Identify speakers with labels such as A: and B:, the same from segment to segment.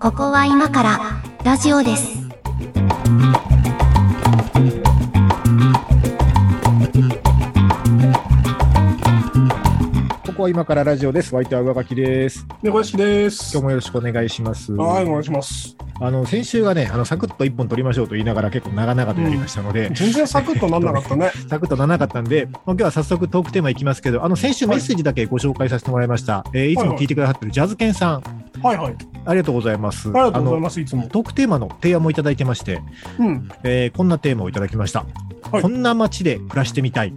A: ここは今からラジオです。
B: ここは今からラジオです。ワイター上書きです。
C: 猫屋敷です。
B: 今日もよろしくお願いします。
C: はい、お願いします。
B: あの先週はね、あのサクッと一本取りましょうと言いながら結構長々とやりましたので、
C: 全然サクッとなんなかっ たね。
B: サクッとならなかったんで、もう今日は早速トークテーマいきますけど、あの先週メッセージだけご紹介させてもらいました。いえーいつも聞いてくださってるジャズケンさん、
C: はいはい。あり
B: ありがとうございます。
C: がとうござい
B: あの
C: ます、いつも。
B: トークテーマの提案もいただいてまして、
C: うん。
B: えーこんなテーマをいただきました。
C: はい
B: こんな街で暮らしてみたい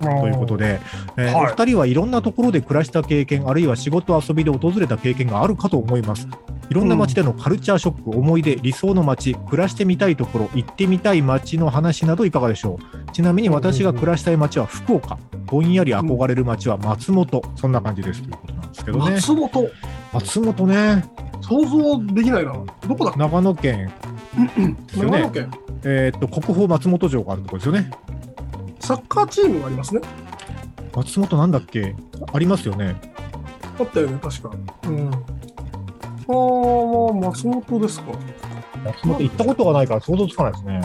C: と
B: ということ。で、えー
C: はい
B: お二人はいろんなところで暮らした経験あるいは仕事遊びで訪れた経験があるかと思いますいろんな街でのカルチャーショック、思い出理想の街暮らしてみたいところ行ってみたい街の話などいかがでしょうちなみに私が暮らしたい街は福岡ぼんやり憧れる街は松本そんな感じですということなんですけどね
C: 松本、
B: 松本ね
C: 想像できないな。どこだっ
B: 長野県です
C: け
B: よ
C: 長野
B: ね、
C: 県。
B: えーっと国宝松本城があるところですよね
C: サッカーチームがありますね。
B: 松本なんだっけありますよね
C: あったよね、確か。うん。あー、まあ、松本ですか。
B: 松本行ったことがないから想像つかないですね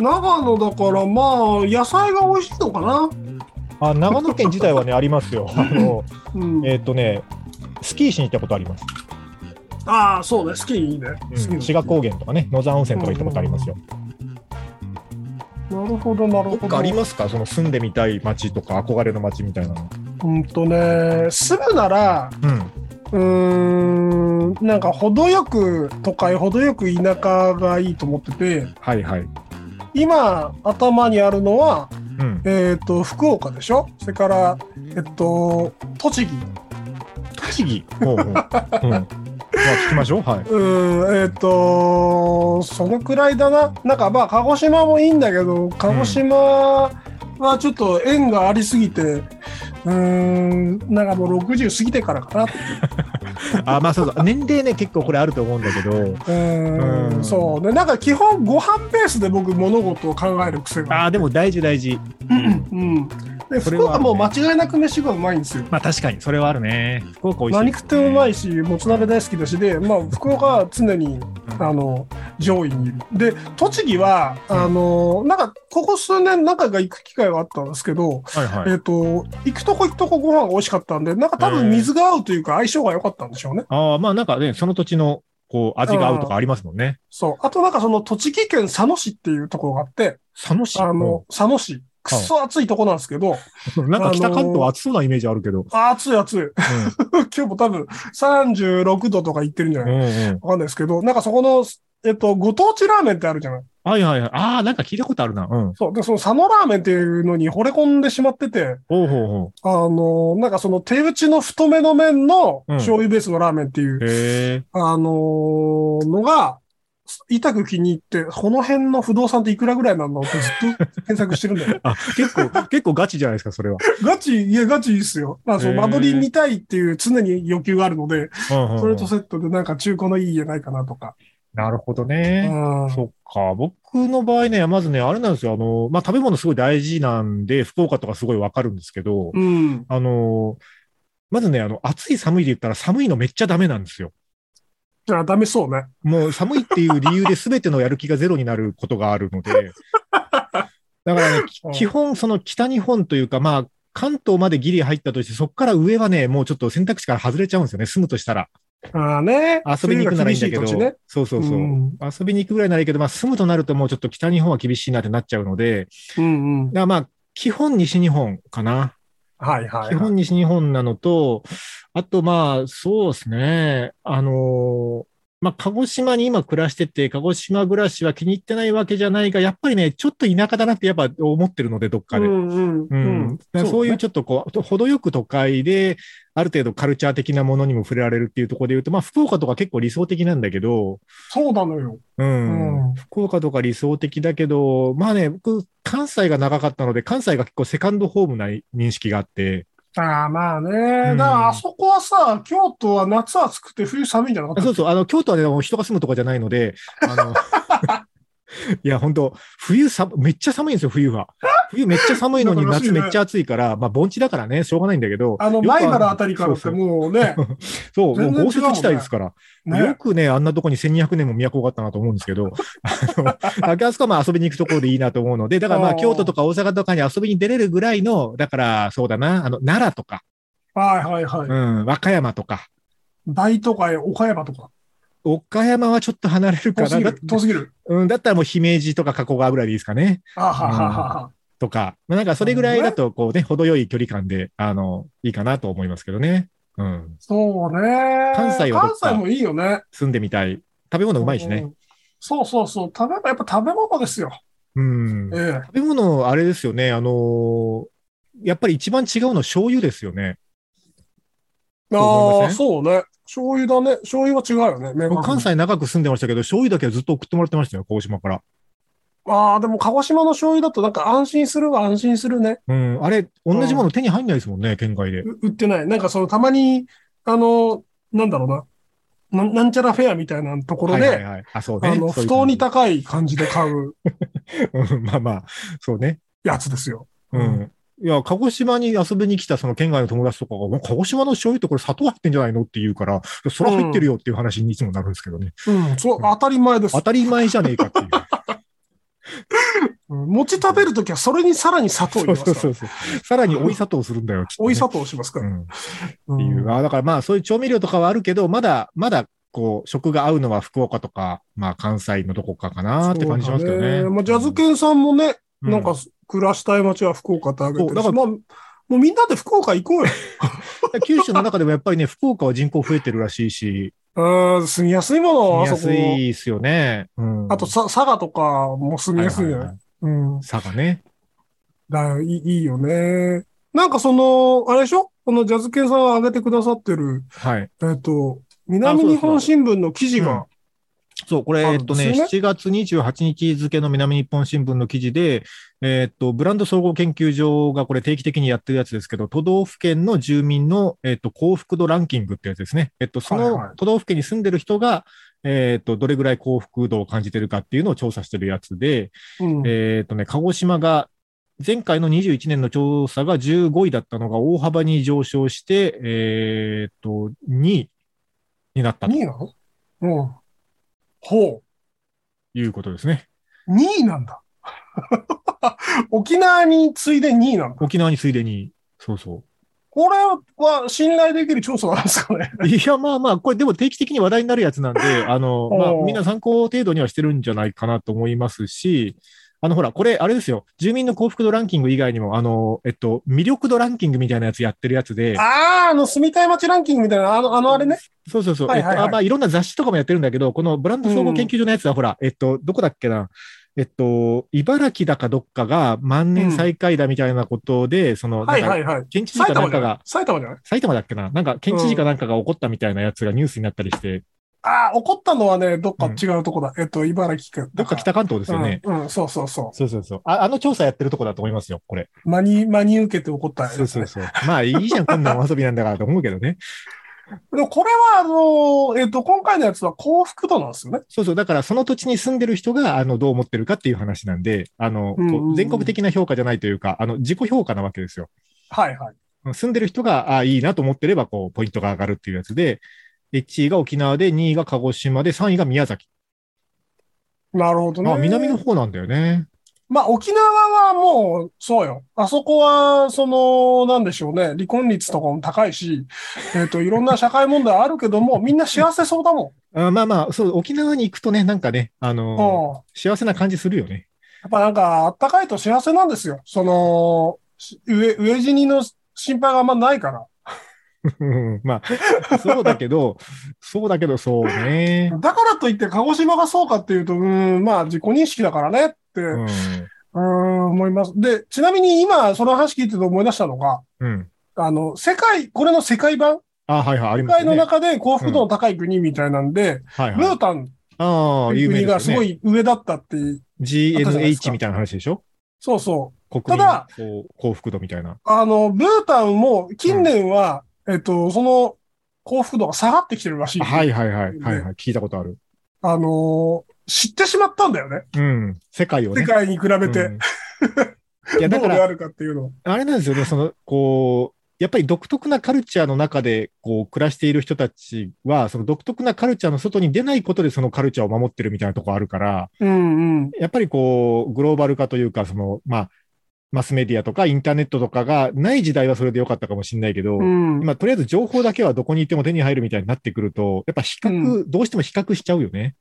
C: 長野だから、まあ、野菜が美味しいのかな。
B: あ長野県自体はねあります よ。あの
C: うん。
B: えっ、とねスキーしに行ったことあります。
C: ああ、そうね、スキーいいね。スキ
B: うん志
C: ー
B: 賀高原とかね野沢温泉とか行ったことありますよ。
C: なるほど、なる
B: ど
C: ほ
B: っかあり
C: ど。
B: ますかその住んでみたい街とか憧れの街みたいなの。
C: うんとね、住むなら、
B: うん。
C: うーんなんか程よく都会程よく田舎がいいと思ってて
B: はいはい。
C: 今頭にあるのは、
B: うん。
C: えー、と福岡でしょそれから、えっと、栃木
B: 栃木。ほうほう。うん。まあ聞きましょう。はい。
C: うーんえっ、とそのくらいだななんかまあ鹿児島もいいんだけど鹿児島はちょっと縁がありすぎてうーんなんかもう60過ぎてからかな
B: あまあそうそう年齢ね結構これあると思うんだけど。
C: うー
B: うんん
C: そうねなんか基本ご飯ベースで僕物事を考える癖が
B: ああでも大事大事。うん
C: うん、で
B: それ
C: 福
B: は
C: 岡も間違いなく飯がうまいんですよ。
B: まあ確かにそれはあるね。福岡美味しい。
C: 何食ってもうまいし、もつ鍋大好きだしで、まあ、福岡は常にあの上位にいる。で、栃木は、
B: うん
C: あのなんか、ここ数年、中が行く機会があったんですけど、
B: はいはい。
C: えっ、と、行くとこ行くとこご飯が美味しかったんで、なんか多分水が合うというか、相性が良かったんでしょうね。
B: ああまあなんかねその土地のこう味が合うとかありますもんね。
C: そう。あと、なんかその栃木県佐野市っていうところがあって、
B: 佐野市。
C: あの、佐野市。くっそ暑いとこなんですけど、
B: うんなんか北関東暑そうなイメージあるけど。
C: あー暑い 暑い。今日も多分36度とか行ってるんじゃ
B: う
C: ない
B: んうんうん
C: わかんないですけど、なんかそこの、えっと、ご当地ラーメンってあるじゃない。
B: はいはいはい。ああ、なんか聞いたことあるな。うん。
C: そう。で、その佐野ラーメンっていうのに惚れ込んでしまってて、
B: ほうほうほ
C: あの、なんかその手打ちの太めの麺の
B: うん
C: 醤油ベースのラーメンっていう、
B: う。へえ。
C: あののが、痛く気に入って、この辺の不動産っていくらぐらいなんだろうってずっと検索してるん だよ。
B: あ、結構、結構ガチじゃないですか、それは。
C: ガチ、いや、ガチいいっすよ。まあ、その
B: へー
C: 間取り見たいっていう常に欲求があるので、
B: うんうんうん
C: それとセットでなんか中古のいい家ないかなとか。
B: なるほど
C: う
B: ね。
C: ん。
B: そっか。僕の場合ね、まずね、あれなんですよ。あの、まあ、食べ物すごい大事なんで、福岡とかすごいわかるんですけど、
C: うん。
B: あの、まずね、あの、暑い寒いで言ったら寒いのめっちゃダメなんですよ。
C: じゃあ、ダメそうね。
B: もう寒いっていう理由で全てのやる気がゼロになることがあるの で。だからね、
C: うん
B: 基本、その北日本というか、まあ、関東までギリ入ったとして、そこから上はね、もうちょっと選択肢から外れちゃうんですよね、住むとしたら。
C: ああね。
B: 遊びに行くならいいんだけど、
C: 冬が厳しい土地ね
B: そうそうそう。
C: うん
B: 遊びに行くぐらいならいいけど、まあ、住むとなるともうちょっと北日本は厳しいなってなっちゃうので、
C: うんうん
B: だ。からまあ、基本西日本かな。
C: はいはい、はい。
B: 基本西日本なのと、あとまあ、そうですね、あのーまあ、鹿児島に今暮らしてて、鹿児島暮らしは気に入ってないわけじゃないが、やっぱりね、ちょっと田舎だなってやっぱ思ってるので、どっかで。
C: うんうん
B: う
C: うんん。
B: だからそういうちょっとこう、程よく都会で、ある程度カルチャー的なものにも触れられるっていうところで言うと、まあ、福岡とか結構理想的なんだけど、
C: そうなのよ。
B: うん。
C: うん
B: 福岡とか理想的だけど、まあね、僕、関西が長かったので、関西が結構セカンドホームな認識があって、
C: ああまあ
B: う
C: ね。
B: ん
C: だからあそこはさ、京都は夏暑くて冬寒いんじゃなか
B: あ
C: った
B: そうそう、あの、京都はね、もう人が住むとこじゃないので、あの、いや、本当冬さ、めっちゃ寒いんですよ、冬は。冬めっちゃ寒いのに、
C: なんからし
B: 夏
C: いね
B: めっちゃ暑いから、まあ、盆地だからね、しょうがないんだけど。
C: あの、
B: よく
C: 前原あたりからっ
B: そ
C: て
B: うそう
C: も うね、
B: そう
C: 全
B: もう
C: 然
B: 豪雪地帯ですから。よ
C: ね、
B: くね、あんなとこに1200年も都があったなと思うんですけ ど、あの、あそこはまあ遊びに行くところでいいなと思うので、だからま
C: あ
B: あ
C: ー
B: 京都とか大阪とかに遊びに出れるぐらいの、だからそうだな、あの、奈良とか、
C: はいはいはい。
B: うん、和歌山とか、
C: 大都会、岡山とか。
B: 岡山はちょっと離れるか
C: 遠す
B: な。
C: ぎ
B: だ
C: る。遠すぎる。
B: うん、だったらもう姫路とか加古川ぐらいでいいですかね。
C: あはははは。
B: とか、まあ、なんかそれぐらいだと、こうね、程よい距離感で、あの、いいかなと思いますけどね。うん。
C: そうね。
B: 関西はどっか
C: 関西もいいよね。
B: 住んでみたい。食べ物うまいしね。
C: ん。そうそうそう。食べ物、やっぱ食べ物ですよ。
B: うん。食
C: ええ。
B: べ物、あれですよね。あのーやっぱり一番違うの醤油ですよね。思い
C: あ
B: ま
C: あ、
B: せん
C: そうね。醤油だね。醤油は違うよね。明確に
B: 僕関。西長く住んでましたけど、醤油だけはずっと送ってもらってましたよ、鹿児島から。
C: ああ、でも鹿児島の醤油だとなんか安心するは安心するね。
B: うん。あれ、同じもの手に入んないですもんね、県外で。
C: う売ってない。なんかそのたまに、あの、なんだろうな。ななんちゃらフェアみたいなところ
B: はい
C: で、
B: はいはい。あ、そうね。
C: あの、
B: そういう感
C: 不当に
B: じ
C: 高い感じで買う
B: うんまあまあ、そうね。
C: やつですよ。
B: うん。いや、鹿児島に遊びに来たその県外の友達とかが、鹿児島の醤油ってこれ砂糖入ってんじゃないのって言うから、いやそら入ってるよっていう話にいつもなるんですけどね。
C: うん、そう、当たり前です
B: 当。たり前じゃねえかって いう。
C: うん餅食べるときはそれにさらに砂糖入
B: そ
C: れ
B: う
C: ますか
B: そう
C: ら。
B: そうそう。さらに追い砂糖するんだよ、
C: 追い
B: 糖。
C: 砂糖しますか
B: う
C: ら。
B: ん。っ
C: うん
B: ていう。あだからまあ、そういう調味料とかはあるけど、まだ、まだ、こう、食が合うのは福岡とか、まあ、関西のどこかかなって感じしますけど
C: そう
B: ね。
C: だまあ、ジャズ犬さんもね、
B: う
C: なんか、暮らしたい街は福岡ってあげて
B: そう
C: る
B: だから
C: し、まあ、もうみんなで福岡行こうよ。
B: 九州の中でもやっぱりね、福岡は人口増えてるらしいし、
C: うん、住みやすいもの、
B: 見や
C: あそこ
B: す。いですよね。うん。
C: あと、さ、佐賀とかも住みやすいじゃ
B: は
C: な
B: は
C: い
B: い
C: うん。
B: 佐賀ね。
C: だいいいいよね。なんかその、あれでしょこのジャズ犬さんが上げてくださってる、
B: はい。
C: えっと、南日本新聞の記事が、
B: そう、これ、
C: あ
B: え
C: る
B: っ
C: ん
B: と
C: です
B: ね、
C: よね
B: 7月28日付の南日本新聞の記事で、えっと、ブランド総合研究所がこれ定期的にやってるやつですけど、都道府県の住民の、えっと、幸福度ランキングってやつですね。えっと、そ
C: はいは
B: の
C: い
B: 都道府県に住んでる人が、えっと、どれぐらい幸福度を感じてるかっていうのを調査してるやつで、
C: うん
B: えっとね、鹿児島が、前回の21年の調査が15位だったのが大幅に上昇して、えっと、2位になったと
C: 2位なのうん。ほ
B: いうことですね。
C: う。2位なんだ。 沖縄に次いで2位なんだ。
B: 沖縄についでに。そうそ
C: これは信頼できる調査なんですかね。
B: う。いや、まあまあ、これでも定期的に話題になるやつ なんで、あの、まあ、
C: おう
B: みんな参考程度にはしてるんじゃないかなと思いますし、あの、ほら、これ、あれですよ。住民の幸福度ランキング以外にも、あの、えっと、魅力度ランキングみたいなやつやってるやつで、
C: ああ、あの、住みたい街ランキングみたいな、あの、あのあれね。
B: そうそうそう。
C: はいはいはい
B: えっとあまあ、いろんな雑誌とかもやってるんだけど、このブランド総合研究所のやつは、ほら、えっと、どこだっけな。えっと、茨城だかどっかが万年最下位だみたいなことで、その、
C: は
B: なん
C: いは
B: か、
C: いはい。
B: 県知事か
C: 埼
B: な
C: 玉
B: ん
C: じゃ
B: か
C: な
B: が
C: い、埼玉じゃない
B: 埼玉だっけななんか県知事かなんかが怒ったみたいなやつがニュースになったりして、
C: ああ、怒ったのはね、どっか違うとこだ。えっと、茨城県。
B: どっか北関東ですよね。
C: うん、うん、そうそうそ
B: そうそうそうあ。あの調査やってるとこだと思いますよ、これ。
C: う。真に、真に受けて怒ったやつね、
B: そうそうそう。まあいいじゃん、こんなお遊びなんだからと思うけどね。
C: でもこれは、あの、えっと、今回のやつは幸福度なんですよね。
B: そうそう。だからその土地に住んでる人が、あの、どう思ってるかっていう話なんで、あの、こう
C: うんうんうん
B: 全国的な評価じゃないというか、あの、自己評価なわけですよ。
C: はいはい。
B: 住んでる人が、あいいなと思ってれば、こう、ポイントが上がるっていうやつで、1位が沖縄で、2位が鹿児島で、3位が宮崎。
C: なるほどね。
B: あ、南の方なんだよね。
C: まあ、沖縄はもう、そうよ。あそこは、その、なんでしょうね。離婚率とかも高いし、えっ、と、いろんな社会問題あるけど も、みんな幸せそうだも
B: あまあまあ、そう、沖縄に行くとね、なんかね、あ
C: ん。
B: の
C: うん。
B: 幸せな感じするよね。
C: やっぱなんか、あったかいと幸せなんですよ。その、し飢え、飢え死にの心配があんまないから。
B: うんまあ、そうだけど、そうだけど、そうね。
C: だからといって、鹿児島がそうかっていうと、うーん、まあ、自己認識だからねって、
B: う。
C: うんーん、思います。で、ちなみに今、その話聞いてて思い出したのが、
B: うん。
C: あの、世界、これの世界版
B: あ、はいはい、あり
C: 世
B: ます
C: 界
B: ね。
C: の
B: はい
C: 中で幸福度の高い国みたいなんで、
B: はい。
C: ブータン
B: ああ、
C: とい
B: 有
C: う
B: 名
C: 国
B: で
C: が
B: す
C: す
B: よ
C: ご
B: ね。
C: い上だったっていう。あったじゃないです
B: GNH
C: か
B: みたいな話でしょ
C: そうそ
B: 国民
C: ただ
B: こう幸福度みたいな。
C: う。あの、ブータンも近年は、えっと、その幸福度が下がってきてるらしい。
B: はいはいはい。
C: ね
B: はいはい。聞いたことある。
C: あのー知ってしまったんだよね。
B: うん、世界をね。
C: 世界に比べて、
B: うんいや、だ
C: どこ
B: か
C: で
B: ら、
C: あるかっていうのを。
B: あれなんですよね、その、こう、やっぱり独特なカルチャーの中で、こう、暮らしている人たちは、その独特なカルチャーの外に出ないことで、そのカルチャーを守ってるみたいなとこあるから、
C: うんうん。
B: やっぱりこう、グローバル化というか、その、まあ、マスメディアとかインターネットとかがない時代はそれでよかったかもしれないけど、
C: うん、
B: 今、とりあえず情報だけはどこにいても手に入るみたいになってくると、やっぱ比較、
C: う
B: どうしても比較しちゃうよね。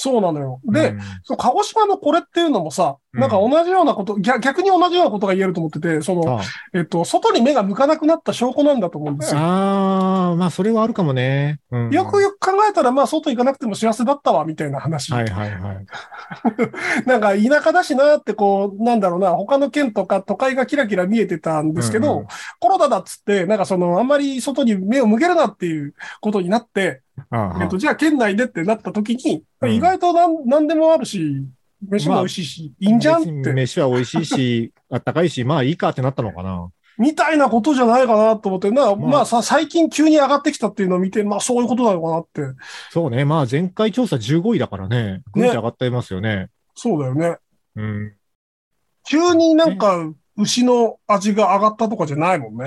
C: そうなのよ。で、
B: うん
C: その鹿児島のこれっていうのもさ、
B: うん
C: なんか同じようなこと、逆逆に同じようなことが言えると思ってて、その、
B: あ
C: えっと、外に目が向かなくなった証拠なんだと思うんですよ。
B: あー、まあ、それはあるかもね。うん
C: よくよく考えたら、まあ、外行かなくても幸せだったわ、みたいな話。
B: はいはいはい。
C: なんか田舎だしなって、こう、なんだろうな、他の県とか都会がキラキラ見えてたんですけど、
B: うんうん
C: コロナだっつって、なんかその、あんまり外に目を向けるなっていうことになって、
B: ああ
C: えっと、じゃあ県内でってなった時に、
B: うん
C: 意外となん何でもあるし、飯も美味しいし、いいんじゃん
B: 別
C: っ
B: に
C: て、
B: 飯は美味しい し、あったかいし、まあいいかってなったのかな。
C: みたいなことじゃないかなと思って、な、
B: まあ
C: まあさ、最近急に上がってきたっていうのを見て、まあそういうことなのかなって。
B: そうね。まあ前回調査15位だからね。ぐんと上がってますよね。
C: そうだよね。
B: うん。
C: 急になんか、牛の味が上がったとかじゃないもんね。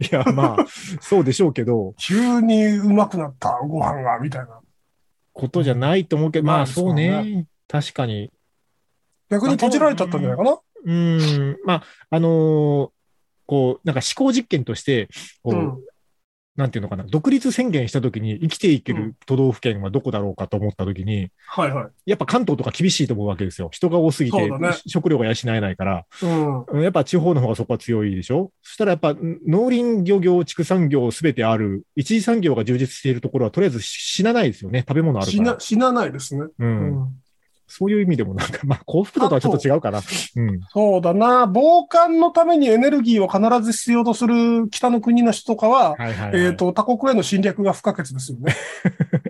B: いや、まあ、そうでしょうけど、
C: 急にうまくなった、ご飯が、みたいな。
B: ことじゃないと思うけど、
C: まあ
B: まあそうね。
C: そう
B: 確かに。
C: 逆に閉じられちゃったんじゃないかな。
B: うん。まあ、あのーこう、なんか思考実験として、こう、
C: うん
B: なんていうのかな、独立宣言したときに生きていける都道府県はどこだろうかと思ったときに、
C: はいはい。
B: やっぱ関東とか厳しいと思うわけですよ。人が多すぎて、
C: そうだね
B: 食料が養えないから。
C: うん。
B: うんやっぱ地方の方がそこは強いでしょそしたらやっぱん農林漁業、畜産業すべてある、一次産業が充実しているところはとりあえず死なないですよね。食べ物ある
C: 死
B: か
C: な
B: ら。、
C: 死なないですね。
B: う。
C: うんん。
B: そういう意味でもなんか、まあ幸福度とはちょっと違うかな。うん。
C: そうだな。防寒のためにエネルギーを必ず必要とする北の国の人とかは、
B: はいはい、はい。
C: えっ、と、他国への侵略が不可欠ですよね。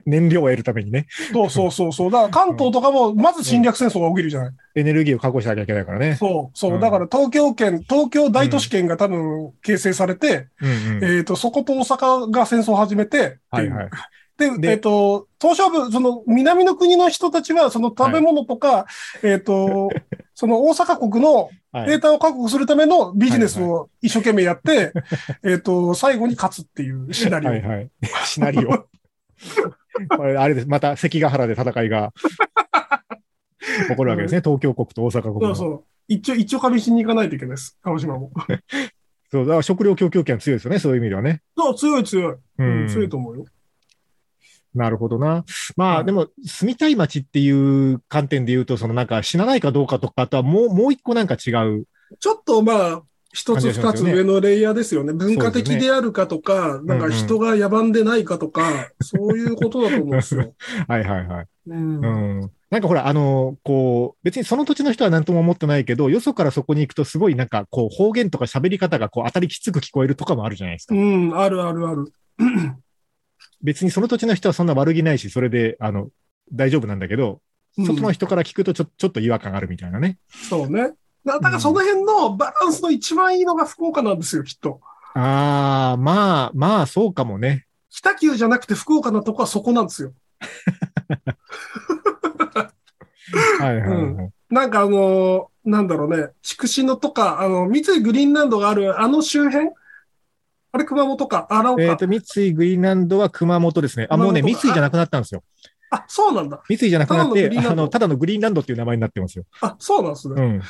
B: 燃料を得るためにね、
C: そうそうそうそう。だから関東とかも、まず侵略戦争が起きるじゃない。
B: エネルギーを確保しなきゃいけないからね。
C: そうそうう。
B: ん
C: だから東京圏、東京大都市圏が多分形成されて、
B: うんうん。
C: えっと、そこと大阪が戦争を始めて、っていう
B: はいはい。
C: で、
B: で
C: えっ、と、東証部、その南の国の人たちは、その食べ物とか、 えっ、と、その大阪国の
B: は
C: デー
B: い、
C: タを確保するためのビジネスを一生懸命やって、 えっと、最後に勝つっていうシナリオ。
B: はいはい。 シナリオ。これあれです。また関ヶ原で戦い が起こるわけですね。東京国と大阪国
C: そ
B: の
C: う。そう。一応、一応加味しに行かないといけないです。鹿児島も。
B: そう、だから食料供給権強いですよね、そういう意味ではね。
C: そう、強い強い。
B: う
C: うんん、強いと思うよ。
B: なるほどな。まあ、
C: うん
B: でも、住みたい街っていう観点で言うと、そのなんか死なないかどうかとか、あとはもう、もう一個なんか違う。
C: ちょっとまあ、一
B: 感じ
C: つ
B: がしま
C: 二
B: す
C: つ
B: よね
C: 上のレイヤーですよね。文化
B: そう
C: 的
B: です
C: であるかとか、な
B: うん
C: ん
B: う
C: か
B: ん
C: 人が野蛮でないかとか、そういうことだと思うんですよ。
B: はいはいはい。
C: うん
B: う。ん。なんかほら、あの、こう、別にその土地の人は何とも思ってないけど、よそからそこに行くと、すごいなんか、こう、方言とか喋り方が、こう、当たりきつく聞こえるとかもあるじゃないですか。
C: うん、あるあるある。
B: 別にその土地の人はそんな悪気ないし、それで、あの、大丈夫なんだけど、
C: うん
B: 外の人から聞くとちょ、ちょっと違和感あるみたいなね。
C: そうね。だだからその辺のバランスの一番いいのが福岡なんですよ、きっと。
B: ああ、まあ、まあ、そうかもね。
C: 北九じゃなくて福岡のとこはそこなんですよ。
B: はいはいはい。
C: うなんかあのーなんだろうね、筑紫野とか、あの、三井グリーンランドがあるあの周辺あれ熊本か、荒岡。
B: えっ、と、三井グリーンランドは熊本ですね。あ、もうね、三
C: 熊
B: 井
C: 本か
B: じゃなくなったんですよ。
C: あ、そうなんだ。
B: 三井じゃなくなって
C: ただのグリーン、ラ
B: あ
C: ンド
B: の、ただのグリーンランドっていう名前になってますよ。
C: あ、そうなんです
B: う
C: ね。
B: ん。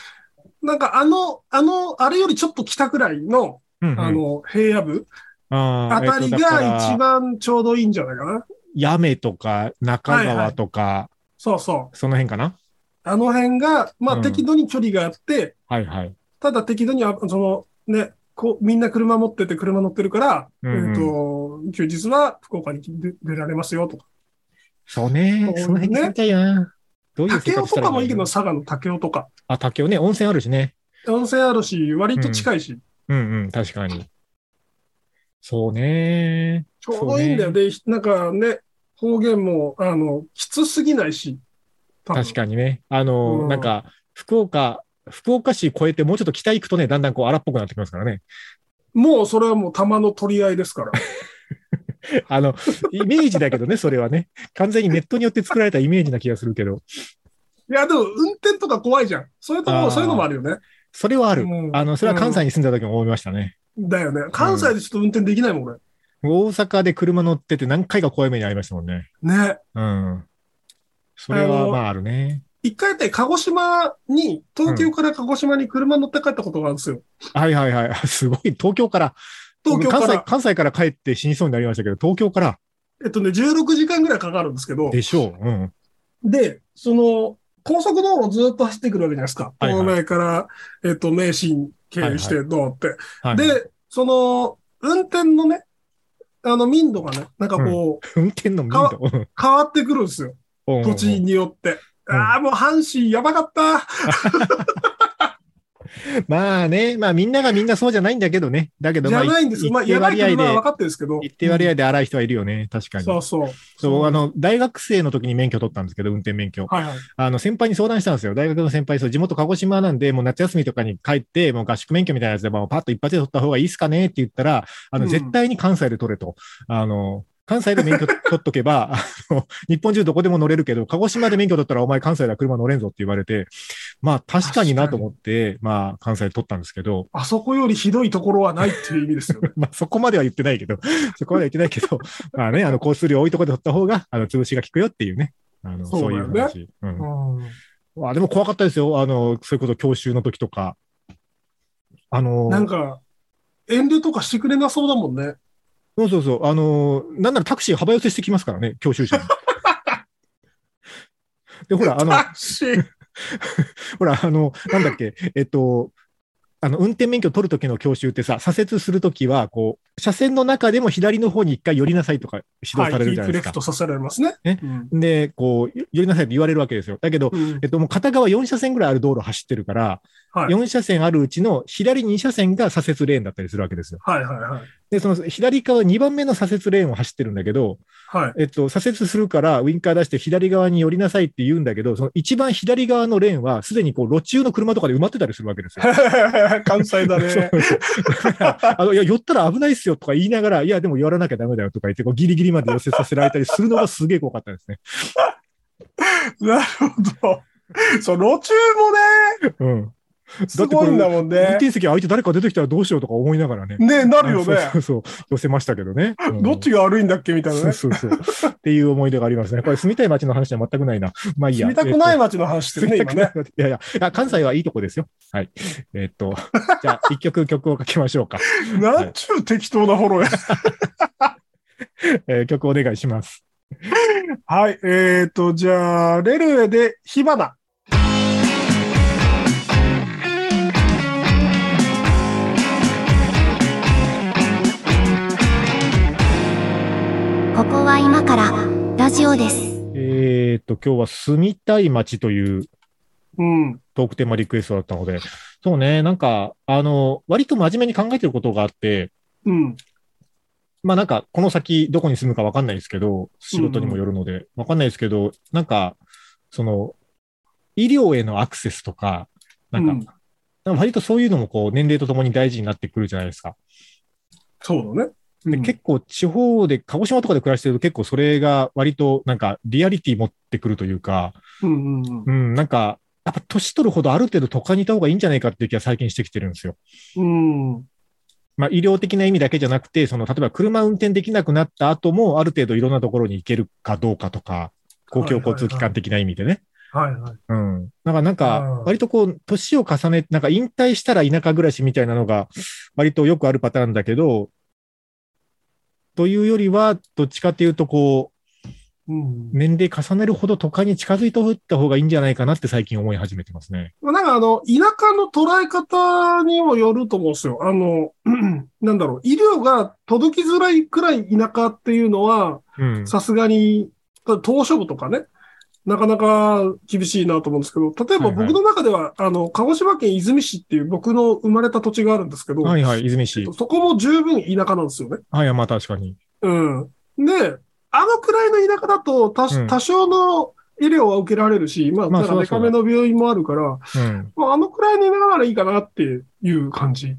C: なんかあの、あの、あれよりちょっと北くらいの、
B: うんうん、
C: あの、平野部
B: あ
C: あ
B: ー
C: たりが一。番ちょうどいいんじゃないかな。
B: やめとか、中川とか、
C: そうそう。
B: その辺かな。
C: あの辺が、ま
B: う
C: あ
B: ん
C: 適度に距離があって、
B: はいはい。
C: ただ適度にあ、そのね、こう、みんな車持ってて車乗ってるから、
B: うんうん
C: えっ、と、休日は福岡に出出られますよとか。
B: そうね。そ
C: そう
B: の
C: ね
B: 辺聞きたいな。どういう生
C: 竹雄
B: 活し
C: と
B: たら
C: かもいいけど、
B: の
C: 佐賀の竹雄とか。
B: あ、竹雄ね。温泉あるしね。
C: 温泉あるし、割と近いし、
B: うんうん、確かに。そうね。
C: ちょうどいいんだよ。で、なんかね、方言も、あの、きつすぎないし。多分
B: 確かにね。あの、
C: うん
B: なんか、福岡、福岡市越えてもうちょっと北行くとね、だんだんこう荒っぽくなってきますからね。
C: もうそれはもう玉の取り合いですから。
B: あの、イメージだけどね、それはね。完全にネットによって作られたイメージな気がするけど、
C: いや、でも運転とか怖いじゃん。それと
B: あー
C: も、そういうのもあるよね。
B: それはある。
C: うん
B: あの、それは関西に住んだ時も思いましたね。
C: だよね。関西でちょっと運転できないもん、俺。
B: 大阪で車乗ってて何回か怖い目に遭いましたもんね。
C: ね。
B: うん。それはまああるね。
C: 一回やって、鹿児島に、東京から鹿児島に車乗って帰ったことがあるんですよ。
B: はいはいはい。 すごい。東京から。
C: 東京か
B: 関西
C: ら。
B: 関西から帰って死にそうになりましたけど、東京から
C: えっとね、16時間ぐらいかかるんですけど、
B: でしょう。うん。
C: で、その、高速道路をずっと走ってくるわけじゃないですか。
B: はいはい
C: 東名から、えっと、名神経由して、どうって。
B: はい、
C: で、その、運転のね、あの、民度がね、なんかこう、
B: 運転の民
C: か
B: 度。
C: 変わってくるんですよ。
B: うん
C: 土地によって。
B: うん
C: ああ、もう阪神やばかった。
B: まあね、まあみんながみんなそうじゃないんだけどね。だけど、
C: じ
B: まあ、
C: ゃないんですよ。まあ、
B: 一定
C: やばい
B: 割
C: とい
B: 合
C: うのは
B: で
C: 分、かってるんですけど。
B: 一定割合で荒い人はいるよね。確かに。
C: そ
B: そう
C: うそう。
B: そう、あの、大学生の時に免許取ったんですけど、運転免許。
C: はいはい。
B: あの、先輩に相談したんですよ。大学の先輩、そう、地元鹿児島なんで、もう夏休みとかに帰って、もう合宿免許みたいなやつで、もうパッと一発で取った方がいいっすかねって言ったら、あの、
C: うん
B: 絶対に関西で取れと。あの、関西で免許 取っとけば、あの、日本中どこでも乗れるけど、鹿児島で免許取ったらお前関西では車乗れんぞって言われて、まあ確かになと思って、まあ関西で取ったんですけど、
C: あそこよりひどいところはないっていう意味ですよ ね。
B: まあそこまでは言ってないけど、 そこまでは言ってないけど、まあね、あの、交通量多いとこで取った方が、あの、潰しが効くよっていうね。あの、そ
C: そ
B: うう
C: だ
B: い
C: よ
B: う
C: ね
B: 話。うん
C: うん
B: あでも怖かったですよ。あの、それこそ教習の時とか。あの、
C: なんか、遠慮とかしてくれなそうだもんね。
B: そうそうそう。あの、なんならタクシー幅寄せしてきますからね、教習者 に。で、ほら、あの、
C: あし、
B: ほら、あの、なんだっけ、えっと、あの、運転免許取る時の教習ってさ、左折する時は、こう、車線の中でも左の方に一回寄りなさいとか指導
C: はい、
B: されるじゃな
C: リ
B: いで
C: フレ
B: すか
C: ク。トさせられますね。
B: ね
C: うん
B: で、こう、寄りなさいって言われるわけですよ。だけど、
C: うん
B: えっと、もう片側4車線ぐらいある道路走ってるから、
C: はい
B: 4車線あるうちの左2車線が左折レーンだったりするわけですよ。
C: はいはいはい。
B: で、その左側2番目の左折レーンを走ってるんだけど、
C: はい。
B: えっと、左折するからウインカー出して左側に寄りなさいって言うんだけど、その一番左側のレーンはすでにこう路中の車とかで埋まってたりするわけですよ。
C: 関西だ
B: そう
C: ね。
B: そうだからあのいや寄ったら危ないっすよとか言いながら、いや、でも寄らなきゃダメだよとか言って、こうギリギリまで寄せさせられたりするのがすげえ怖かったですね。
C: なるほど。そう、路中も
B: うん。
C: ね、すごいんだもん
B: 運
C: ね。
B: 転席空いて誰か出てきたらどうしようとか思いながらね。
C: ね、なるよ
B: そう
C: ね。
B: そうそう、寄せましたけどね。うん
C: どっちが悪いんだっけみたいなね。
B: そうそうそう。っていう思い出がありますね。これ住みたい街の話じゃ全くないな。まあいいや。
C: 住みたくない
B: わ
C: 街の話してるね、今ね。
B: いやいやいや、関西はいいとこですよ。はい。えーっと、じゃあ、一曲曲をかけましょうか。
C: なんちゅう適当なフォローや。
B: えー曲お願いします。
C: はい、えーと、じゃあ、レルエで火花。
A: ここは今からラジオです。
B: えーっと、今日は住みたい街という
C: うん。
B: トークテーマリクエストだったので、そうね、なんか、あの、割と真面目に考えてることがあって、
C: うん。
B: まあなんか、この先どこに住むかわかんないですけど、仕事にもよるので、わかんないですけど、なんか、その、医療へのアクセスとか、なんか、
C: うん
B: なんか割とそういうのもこう、年齢とともに大事になってくるじゃないですか。
C: そうだね。
B: で、
C: うん
B: 結構地方で、鹿児島とかで暮らしてると結構それが割となんかリアリティ持ってくるというか、
C: うんうんうん
B: うん、なんか、やっぱ年取るほどある程度都会にいた方がいいんじゃないかっていう気が最近してきてるんですよ。
C: うん。
B: まあ、医療的な意味だけじゃなくて、その、例えば車運転できなくなった後も、ある程度いろんなところに行けるかどうかとか、公共交通機関的な意味でね。
C: はいはい。
B: うん。なんか、なんか
C: うん、
B: 割とこう、年を重ね、なんか引退したら田舎暮らしみたいなのが、割とよくあるパターンだけど、というよりは、どっちかっていうと、こ
C: うん
B: う、年齢重ねるほど都会に近づいておった方がいいんじゃないかなって最近思い始めてますね。
C: まあなんかあの、田舎の捉え方にもよると思うんですよ。あの、 うんなんだろう、医療が届きづらいくらい田舎っていうのは、
B: うん。
C: さすがに、島し部とかね、なかなか厳しいなと思うんですけど、例えば
B: はいはい
C: 僕の中では、あの、鹿児島県出水市っていう僕の生まれた土地があるんですけど、
B: はいはい、泉
C: えっ
B: 市
C: と。そこも十分田舎なんですよね。
B: はい、まあ確かに。
C: うん。で、あのくらいの田舎だと、たし
B: うん
C: 多少の医療は受けられるし、まあ、
B: まあ
C: ただ
B: そう
C: デ
B: そ
C: カ
B: う
C: めの病院もあるから、
B: うん。
C: まあ、あのくらいにながらいいかなっていう感じ。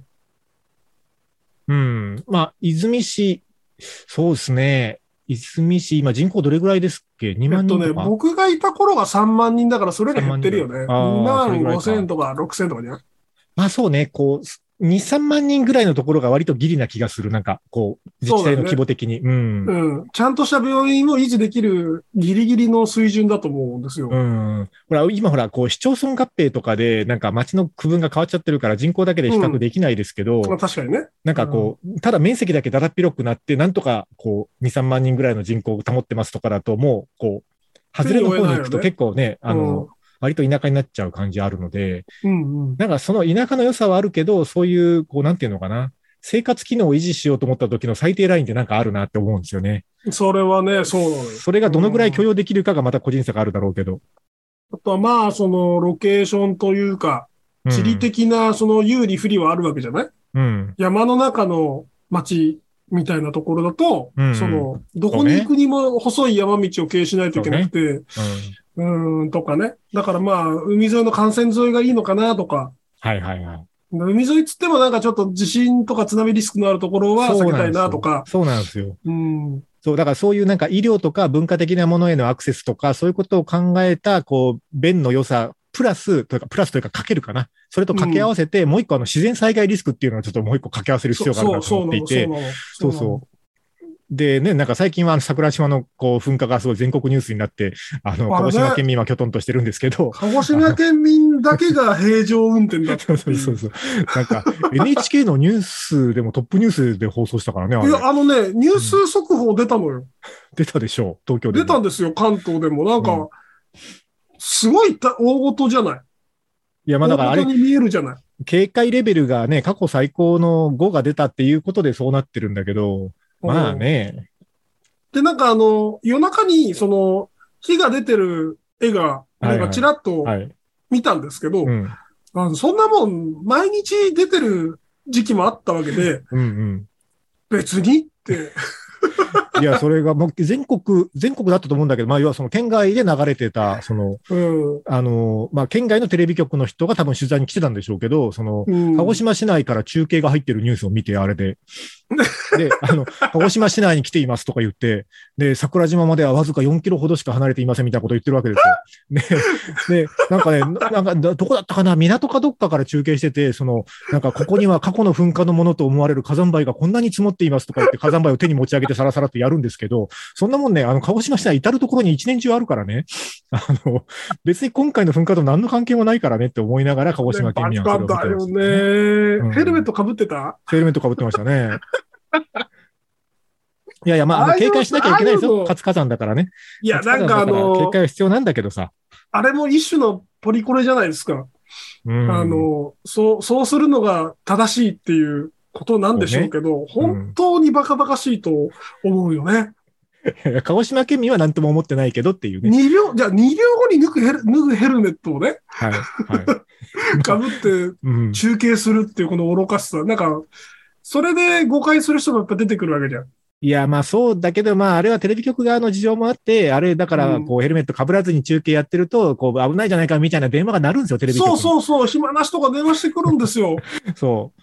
B: うん。まあ、出水市、そうですね。いすみ市、今人口どれぐらいですっけ ?2
C: えっ
B: 万
C: と
B: 人
C: ね、
B: とか、
C: 僕がいた頃が3万人だから、それが減ってるよね。
B: 3
C: 2
B: 万人あーそれぐ
C: 万
B: らいか
C: 5千とか6千とかじゃない
B: まあそうね、こう、2、3万人ぐらいのところが割とギリな気がする。なんか、こう、自治体の規模的に。うん。
C: うん。ちゃんとした病院を維持できるギリギリの水準だと思うんですよ。
B: うん。ほら、今ほら、こう、市町村合併とかで、なんか町の区分が変わっちゃってるから人口だけで比較できないですけど、
C: まあ確かにね。
B: なんかこう、ただ面積だけだだっ広くなって、なんとかこう、2、3万人ぐらいの人口を保ってますとかだと、もう、こう、外れの方に行くと結構ね、あの、割と田舎になっちゃう感じあるので、
C: うんうん。
B: なんかその田舎の良さはあるけど、そういう、こう、なんていうのかな、生活機能を維持しようと思った時の最低ラインってなんかあるなって思うんですよね。
C: それはね、そうなのよ。
B: それがどのぐらい許容できるかがまた個人差があるだろうけど。
C: あとはまあ、その、ロケーションというか、
B: うん
C: 地理。的な、その、有利不利はあるわけじゃない
B: うん。
C: 山の中の町みたいなところだと、
B: うんうん
C: その、どこに行くにも細い山道を経由しないといけなくて、う,、
B: うん
C: ーん、とかね。だからまあ、海沿いの幹線沿いがいいのかなとか、
B: はいはいはい。
C: 海沿いっつってもなんかちょっと地震とか津波リスクのあるところは避けたいなとか、
B: そうなんですよ。そうなんですよ。
C: うん、
B: そう、だからそういうなんか医療とか文化的なものへのアクセスとか、そういうことを考えた、こう、弁の良さ、プラスというか、プラスというか、かけるかな。それと掛け合わせて、もう一個あの自然災害リスクっていうのをちょっともう一個掛け合わせる必要があるなと思っていて。そ
C: そ
B: うう
C: なの
B: そう。でね、なんか最近はあの桜島のこう噴火がすごい全国ニュースになって、あの、
C: あ
B: 鹿児
C: れね
B: 島県民はきょとんとしてるんですけ ど、
C: 鹿児島県民だけが平常運転だっ
B: そうそうそうそう。なんか NHK のニュースでもトップニュースで放送したからね、あ
C: た。いや、
B: れ
C: あのね、ニュース速報出たのよ。
B: 出たでしょう、東京で
C: 出
B: も。
C: たんですよ、関東でも。なんか、
B: うん
C: すごい大事じゃない。
B: いや、まあだ
C: 大
B: からあれ
C: 事に見えるじゃない。
B: 警戒レベルがね、過去最高の5が出たっていうことでそうなってるんだけど、まあね、
C: うん。で、なんかあの、夜中に、その、火が出てる絵が、なんかちらっと
B: はい。
C: 見たんですけど、
B: うん。
C: あのそんなもん、毎日出てる時期もあったわ けで、
B: うん
C: 別にって。
B: うん。いや、それがもう全国、全国だったと思うんだけど、まあ要はその県外で流れてた、その、
C: うん。
B: あの、まあ県外のテレビ局の人が多分取材に来てたんでしょうけど、その、
C: うん
B: 鹿児島市内から中継が入ってるニュースを見て、あれで。で、あの、鹿児島市内に来ていますとか言って、で、桜島まではわずか4キロほどしか離れていませんみたいなこと言ってるわけですよ。で、でなんかね、なんか、どこだったかな港かどっかから中継してて、その、なんか、ここには過去の噴火のものと思われる火山灰がこんなに積もっていますとか言って、火山灰を手に持ち上げてさらさらってやるんですけど、そんなもんね、あの、鹿児島市内至るところに一年中あるからね、あの、別に今回の噴火と何の関係もないからねって思いながら、鹿児島県民はそれを見て
C: バカ
B: ま
C: だよ
B: す
C: ね。
B: うん
C: ヘルメットかぶってた
B: ヘルメットかぶってましたね。いやいや、まああ
C: あ
B: の、
C: あいう
B: 警戒しなきゃいけないです
C: ああいう
B: よ。
C: の
B: 活火山だからね。
C: いや、
B: 活火
C: なん
B: 山
C: かあ
B: だら警
C: の、
B: 戒は必要なんだけどさ。
C: あれも一種のポリコレじゃないですか。
B: うん
C: あ、の、そう、そうするのが正しいっていうことなんでしょうけど、
B: そうねうん
C: 本当にバカバカしいと思うよね。
B: いや鹿児島県民は何とも思ってないけどっていうね。
C: 2秒、じゃあ2秒後に脱ぐヘル脱ぐヘルメット をね、
B: はい。はい。
C: かぶって
B: うん。
C: 中継するっていうこの愚かしさ。なんか、それで誤解する人がやっぱ出てくるわけじゃん。
B: いや、まあそうだけど、まああれはテレビ局側の事情もあって、あれだから、こうヘルメット被らずに中継やってると、こう危ないじゃないかみたいな電話が鳴るんですよ、テレビ局
C: そ
B: に
C: うそうそう、暇な人が電話してくるんです よ。
B: そう。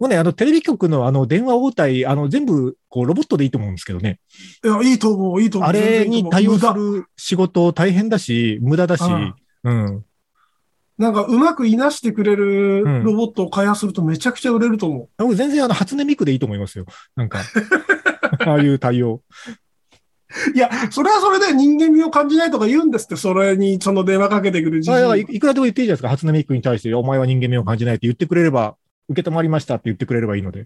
B: もうね、あのテレビ局のあの電話応対、あの全部こうロボットでいいと思うんですけどね。
C: いや、いいと思う、いいと思う。
B: あれに対応す
C: 全然いいと思う無駄
B: る仕事大変だし、無駄だし、
C: うん
B: うん。
C: なんか、うまくいなしてくれる
B: うん
C: ロボットを開発するとめちゃくちゃ売れると思
B: 僕全然あの、初音ミクでいいと思いますよ。なん か、ああいう対応。
C: う。いや、それはそれで人間味を感じないとか言うんですって、それにその電話かけてくる
B: あ
C: 自
B: だからい
C: 身。
B: いくらでも言っていいじゃないですか。初音ミクに対して、お前は人間味を感じないって言ってくれれば、受け止まりましたって言ってくれればいいので。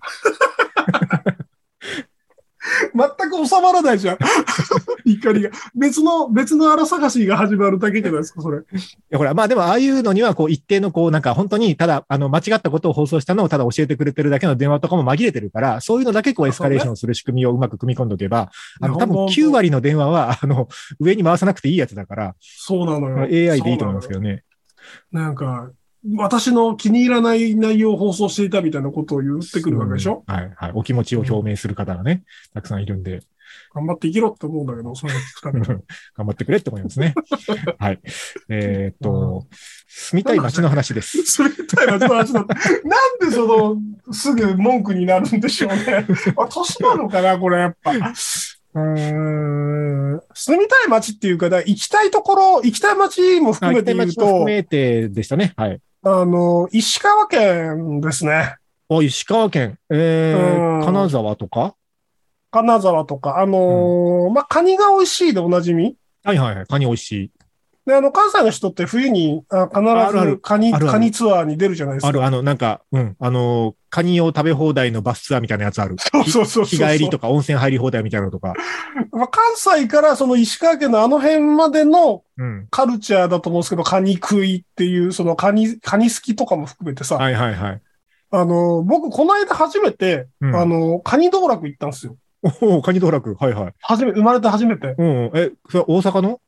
C: 全く収まらないじゃん。 怒りが。別の、別の荒探しが始まるだけじゃないですか、それ。
B: いやほら、まあでも、ああいうのには、こう、一定の、こう、なんか、本当に、ただ、あの、間違ったことを放送したのを、ただ教えてくれてるだけの電話とかも紛れてるから、そういうのだけ、こう、エスカレーションする仕組みをうまく組み込んでおけば、あの、多分9割の電話は、あの、上に回さなくていいやつだから、
C: そうなのよ。
B: AI でいいと思いますけどね。
C: なんか、私の気に入らない内容を放送していたみたいなことを言ってくるわけでしょ、
B: うんはいはい。お気持ちを表明する方がね、たくさんいるんで。
C: 頑張って生きろって思うんだけど、それ二人
B: 頑張ってくれって思います ね。はい。えーっと、住みたい街の話です。
C: それみたいな話だった。なんでその、すぐ文句になるんでしょう ね。あ、年なのかな、これ、やっぱ。うーん。住みたい街っていうか、だから行きたいところ、行きたい街も
B: あ
C: 含
B: 行
C: め
B: きた
C: て
B: い
C: 言う
B: 街も含
C: と、
B: めてでしたね。はい。
C: あの、石川県ですね。
B: あ、石川県、え
C: う
B: ー、
C: ん
B: 金沢とか
C: 金沢とか、あのーまあ、カニが美味しいでおなじみ。
B: はいはいはい。カニ美味しい。
C: で、あの、関西の人って冬に、あ必
B: あるあ
C: ず
B: る
C: カニ
B: あるある
C: カニツアーに出るじゃないですか。
B: ある、あの、なんか、うん、あのー、カニを食べ放題のバスツアーみたいなやつある。
C: そうそうそうそう。
B: 日帰りとか温泉入り放題みたいなのとか。
C: まあ、関西からその石川県のあの辺までの
B: うん。
C: カルチャーだと思うんですけど、カニ食いっていう、そのカニ、カニ好きとかも含めてさ、
B: はいはいはい。
C: あの、僕、この間初めて、
B: うん
C: あの、カニ道楽行ったんですよ。
B: おお、カニ道楽。はいはい。
C: 初め、生まれて初めて。
B: うんうん。え、それは大阪の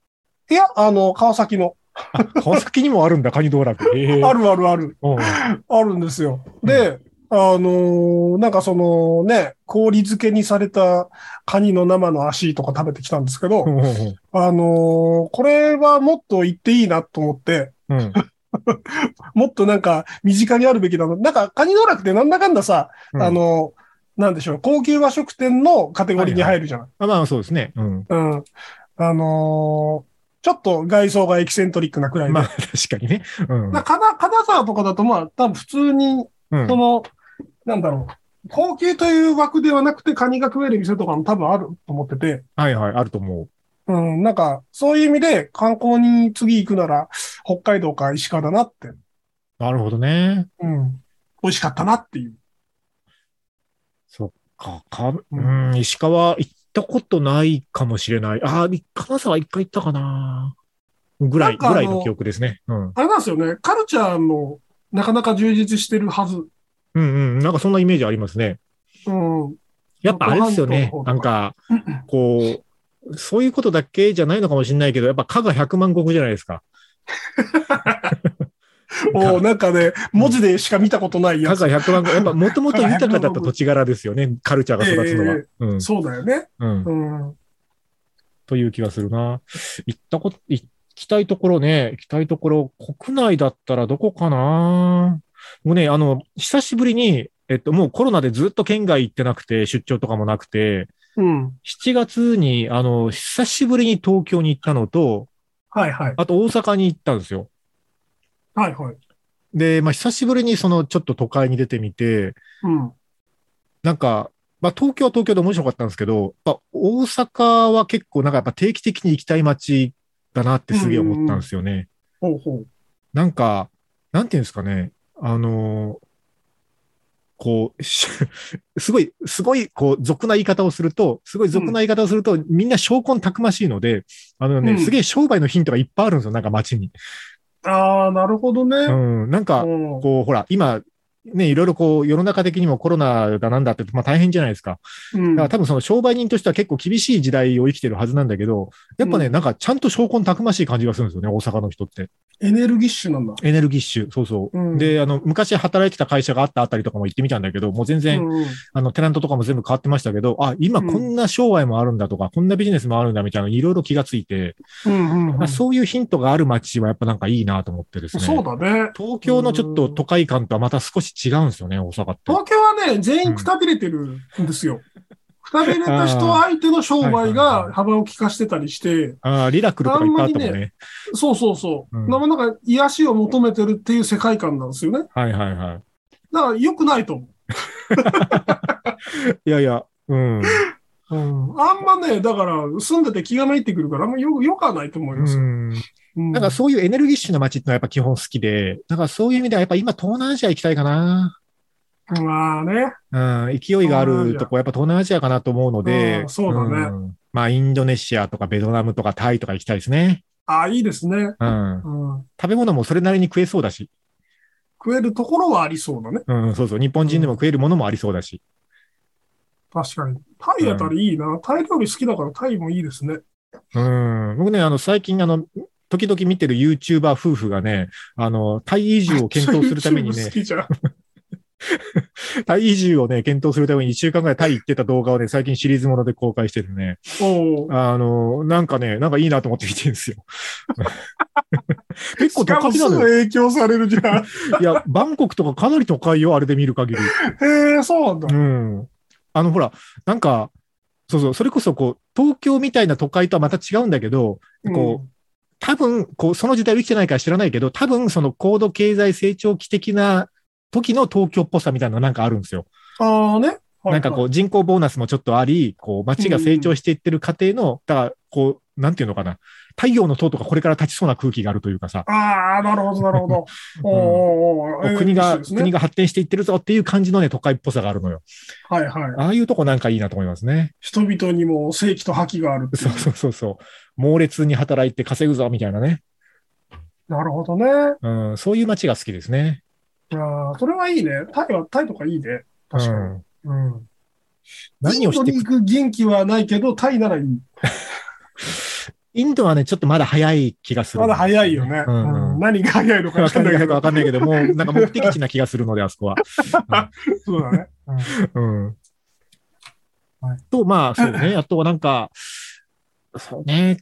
C: いや、あの、川崎の。
B: あ、川崎にもあるんだ、カニ道楽。ええ
C: あるあるある。
B: うんうん
C: あるんですよ。で、あのーなんかそのね、氷漬けにされたカニの生の足とか食べてきたんですけど、
B: うんうん
C: あのーこれはもっと行っていいなと思って、
B: うん。
C: もっとなんか身近にあるべきだな。なんかカニ道楽ってなんだかんださ、
B: うん
C: あのーなんでしょう、高級和食店のカテゴリーに入るじゃない。
B: あまあ、そうですね。うん。
C: うん。あのーちょっと外装がエキセントリックなくらいで。
B: まあ、確かにね。うん。
C: な金金沢とかだとまあ、多分普通に
B: うん
C: その、なんだろう、高級という枠ではなくて、カニが食える店とかも多分あると思ってて、
B: はいはい、あると思う。
C: うん、なんか、そういう意味で観光に次行くなら、北海道か石川だなって、
B: なるほどね。
C: うん、美味しかったなっていう。
B: そっか、か、う
C: うん
B: ん、石川行ったことないかもしれない。ああ、金沢一回行ったかな。ぐらい、
C: なん
B: ぐ
C: かあの
B: らいの記憶ですね。うん。
C: あれなんですよね、カルチャーもなかなか充実してるはず。
B: うんうん。なんかそんなイメージありますね。
C: うん、
B: やっぱあれですよね。
C: ご飯と
B: なんか、こう、そういうことだけじゃないのかもしれないけど、やっぱ加賀100万石じゃないですか。
C: おなんかね、文字でしか見たことないや
B: 加
C: つ。
B: 賀100万石、やっぱもともと豊かだった土地柄ですよね。カルチャーが育つのは。
C: ええ
B: うん。
C: そうだよね。
B: うん。
C: うん。
B: という気がするな。行ったこと、行きたいところね、行きたいところ、国内だったらどこかなもうね、あの、久しぶりに、えっと、もうコロナでずっと県外行ってなくて、出張とかもなくて、
C: うん。
B: 7月に、あの、久しぶりに東京に行ったのと、
C: はいはい。
B: あと大阪に行ったんですよ。
C: はいはい。
B: で、まあ、久しぶりにその、ちょっと都会に出てみて、
C: うん。
B: なんか、まあ、東京は東京で面白かったんですけど、やっぱ大阪は結構なんかやっぱ定期的に行きたい街だなってすげえ思ったんですよね。
C: ほうほう。
B: なんか、なんていうんですかね、あのーこう、 しすごい、すごい、こう、俗な言い方をすると、すごい俗な言い方をすると、みんな証拠たくましいので、あのね、
C: うん
B: すげえ商売のヒントがいっぱいあるんですよ、なんか街に。
C: ああ、なるほどね。
B: うん、なんか、
C: うん
B: こう、ほら、今、ね、いろいろこう、世の中的にもコロナだなんだって、まあ大変じゃないですか。
C: うん
B: だから多分その商売人としては結構厳しい時代を生きてるはずなんだけど、やっぱね、
C: う
B: なんかちゃんと証拠たくましい感じがするんですよね、大阪の人って。
C: エネルギッシュなんだ。
B: エネルギッシュ、そうそう。
C: うん
B: で、あの、昔働いてた会社があったあたりとかも行ってみたんだけど、もう全然、
C: うんうん
B: あの、テナントとかも全部変わってましたけど、あ、今
C: うん
B: こんな商売もあるんだとか、こんなビジネスもあるんだみたいな、いろいろ気がついて、
C: うんうん
B: まあ、そういうヒントがある街はやっぱなんかいいなと思ってですね。
C: そうだね。
B: 東京のちょっと都会感とはまた少し違うんですよね、大阪って。
C: 東京はね、全員くたびれてるんですよ。くたびれた人相手の商売が幅を利かしてたりして、
B: ああ、リラクルとかいっぱいあったも
C: あ
B: ん
C: んまり
B: ね。
C: そうそうそう。
B: うん
C: なんか癒しを求めてるっていう世界観なんですよね。
B: はいはいは
C: だから良くないと思
B: い。いやいや、うん。
C: う。あんまね、だから住んでて気がめいってくるから、あんまよ良くはないと思いますよ。
B: うん
C: うん
B: なんかそういうエネルギッシュな街ってのはやっぱ基本好きで、なんかそういう意味ではやっぱ今東南アジア行きたいかな。
C: まあね。
B: うん、勢いがあるとこ、やっぱ東南アジアかなと思うの
C: う
B: で、
C: んそうだね
B: んまあ、インドネシアとかベトナムとかタイとか行きたいですね。
C: ああ、いいですね。
B: うん。
C: うん
B: 食べ物もそれなりに食えそうだし、
C: 食えるところはありそうだね。
B: うん、そうそう、日本人でも食えるものもありそうだし、
C: 確かに。タイやったらいいな。タイ料理好きだからタイもいいですね。
B: うん。僕ね、あの、最近、あの、時々見てる YouTuber 夫婦がね、あの、タイ移住を検討するために
C: YouTube 好
B: ね、
C: きじゃん。
B: タイ移住をね、検討するために1週間ぐらいタイ行ってた動画をね、最近シリーズもので公開しててね、
C: おう
B: あの、なんかね、なんかいいなと思って見てるんです よ。結構都
C: しかも
B: 会
C: す
B: な
C: ぐ
B: のよ。
C: 影響されるじゃん。
B: いや、バンコクとかかなり都会よ、あれで見る限り。
C: へえ、そうなんだ
B: う。ん。あの、ほら、なんか、そうそう、それこそこう、東京みたいな都会とはまた違うんだけど、こう、多分、こう、その時代を生きてないから知らないけど、多分、その高度経済成長期的な時の東京っぽさみたいなのなんかあるんですよ。
C: うんああね。
B: なんかこう、人口ボーナスもちょっとあり、こう、街が成長していってる過程の、だから、こう、なんていうのかな、太陽の塔とかこれから立ちそうな空気があるというかさ、
C: う。ああ、なるほど、なる ほど。おうおうお
B: こ
C: う
B: う国が、国が
C: が。
B: 発展していってるぞっていう感じのね、都会っぽさがあるのよ。
C: はいはい。
B: ああいうとこなんかいいなと思いますね。
C: 人々にも正気と覇気があるって い
B: そうそうそうそう。猛烈に働いて稼ぐぞ、みたいなね。
C: う。なるほどね。
B: うん、そういう街が好きですね。
C: ああ、それはいいね。タイは、タイとかいいね。確か
B: う
C: に。
B: ん
C: うん。
B: 何をして
C: インドに行く元気はないけど、タイならいい。
B: インドはね、ちょっとまだ早い気がする。
C: まだ早いよね。
B: うんうん
C: うん何が早いのか
B: わか
C: 分か
B: ん
C: ん
B: な
C: な
B: け
C: いいけ
B: ど、
C: ど。
B: わかんないけど、もうなんか目的地な気がするので、あそ こは。
C: そうだね。うん
B: うん。
C: はい
B: と、まあ、そう ね。あとはなんか、そうね。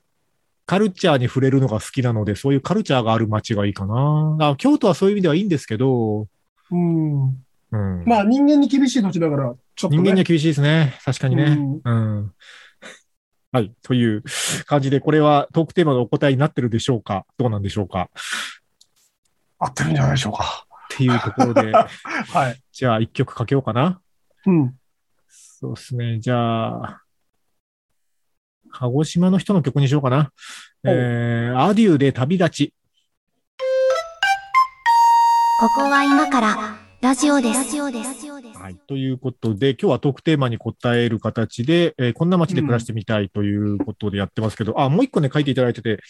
B: カルチャーに触れるのが好きなので、そういうカルチャーがある街がいいかな。あ京都はそういう意味ではいいんですけど、
C: うん。
B: うん。
C: まあ、人間に厳しい土地だから、ちょっとね。
B: 人間には厳しいですね。確かにね。うん。はい。という感じで、これはトークテーマのお答えになってるでしょうかどうなんでしょうか
C: 合ってるんじゃないでしょう か。
B: っていうところで、
C: はい。
B: じゃあ一曲かけようかな。
C: うん。
B: そうですね。じゃあ、鹿児島の人の曲にしようかな。
C: おう
B: えー、アデューで旅立ち。
A: ここは今からラジオです。ラジオです。
B: はい。ということで、今日はトークテーマに答える形で、えーこんな街で暮らしてみたいということでやってますけど、あ、もう一個ね、書いていただいてて、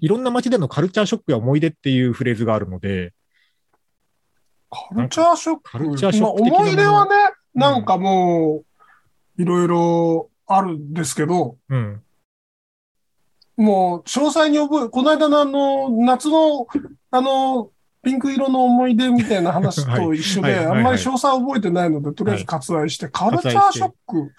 B: いろんな街でのカルチャーショックや思い出っていうフレーズがあるので、
C: カルチャーショック。
B: カルチャーショック的な
C: まあ思い出はね、
B: うん
C: なんかもう、いろいろあるんですけど、
B: うん。
C: もう、詳細に覚え、この間のあの、夏の、あの、ピンク色の思い出みたいな話と一 緒
B: はい
C: で、
B: はい
C: あ
B: はい
C: んまり詳細覚えてないので、とりあえず割愛して、カルチャーショック。
B: うん。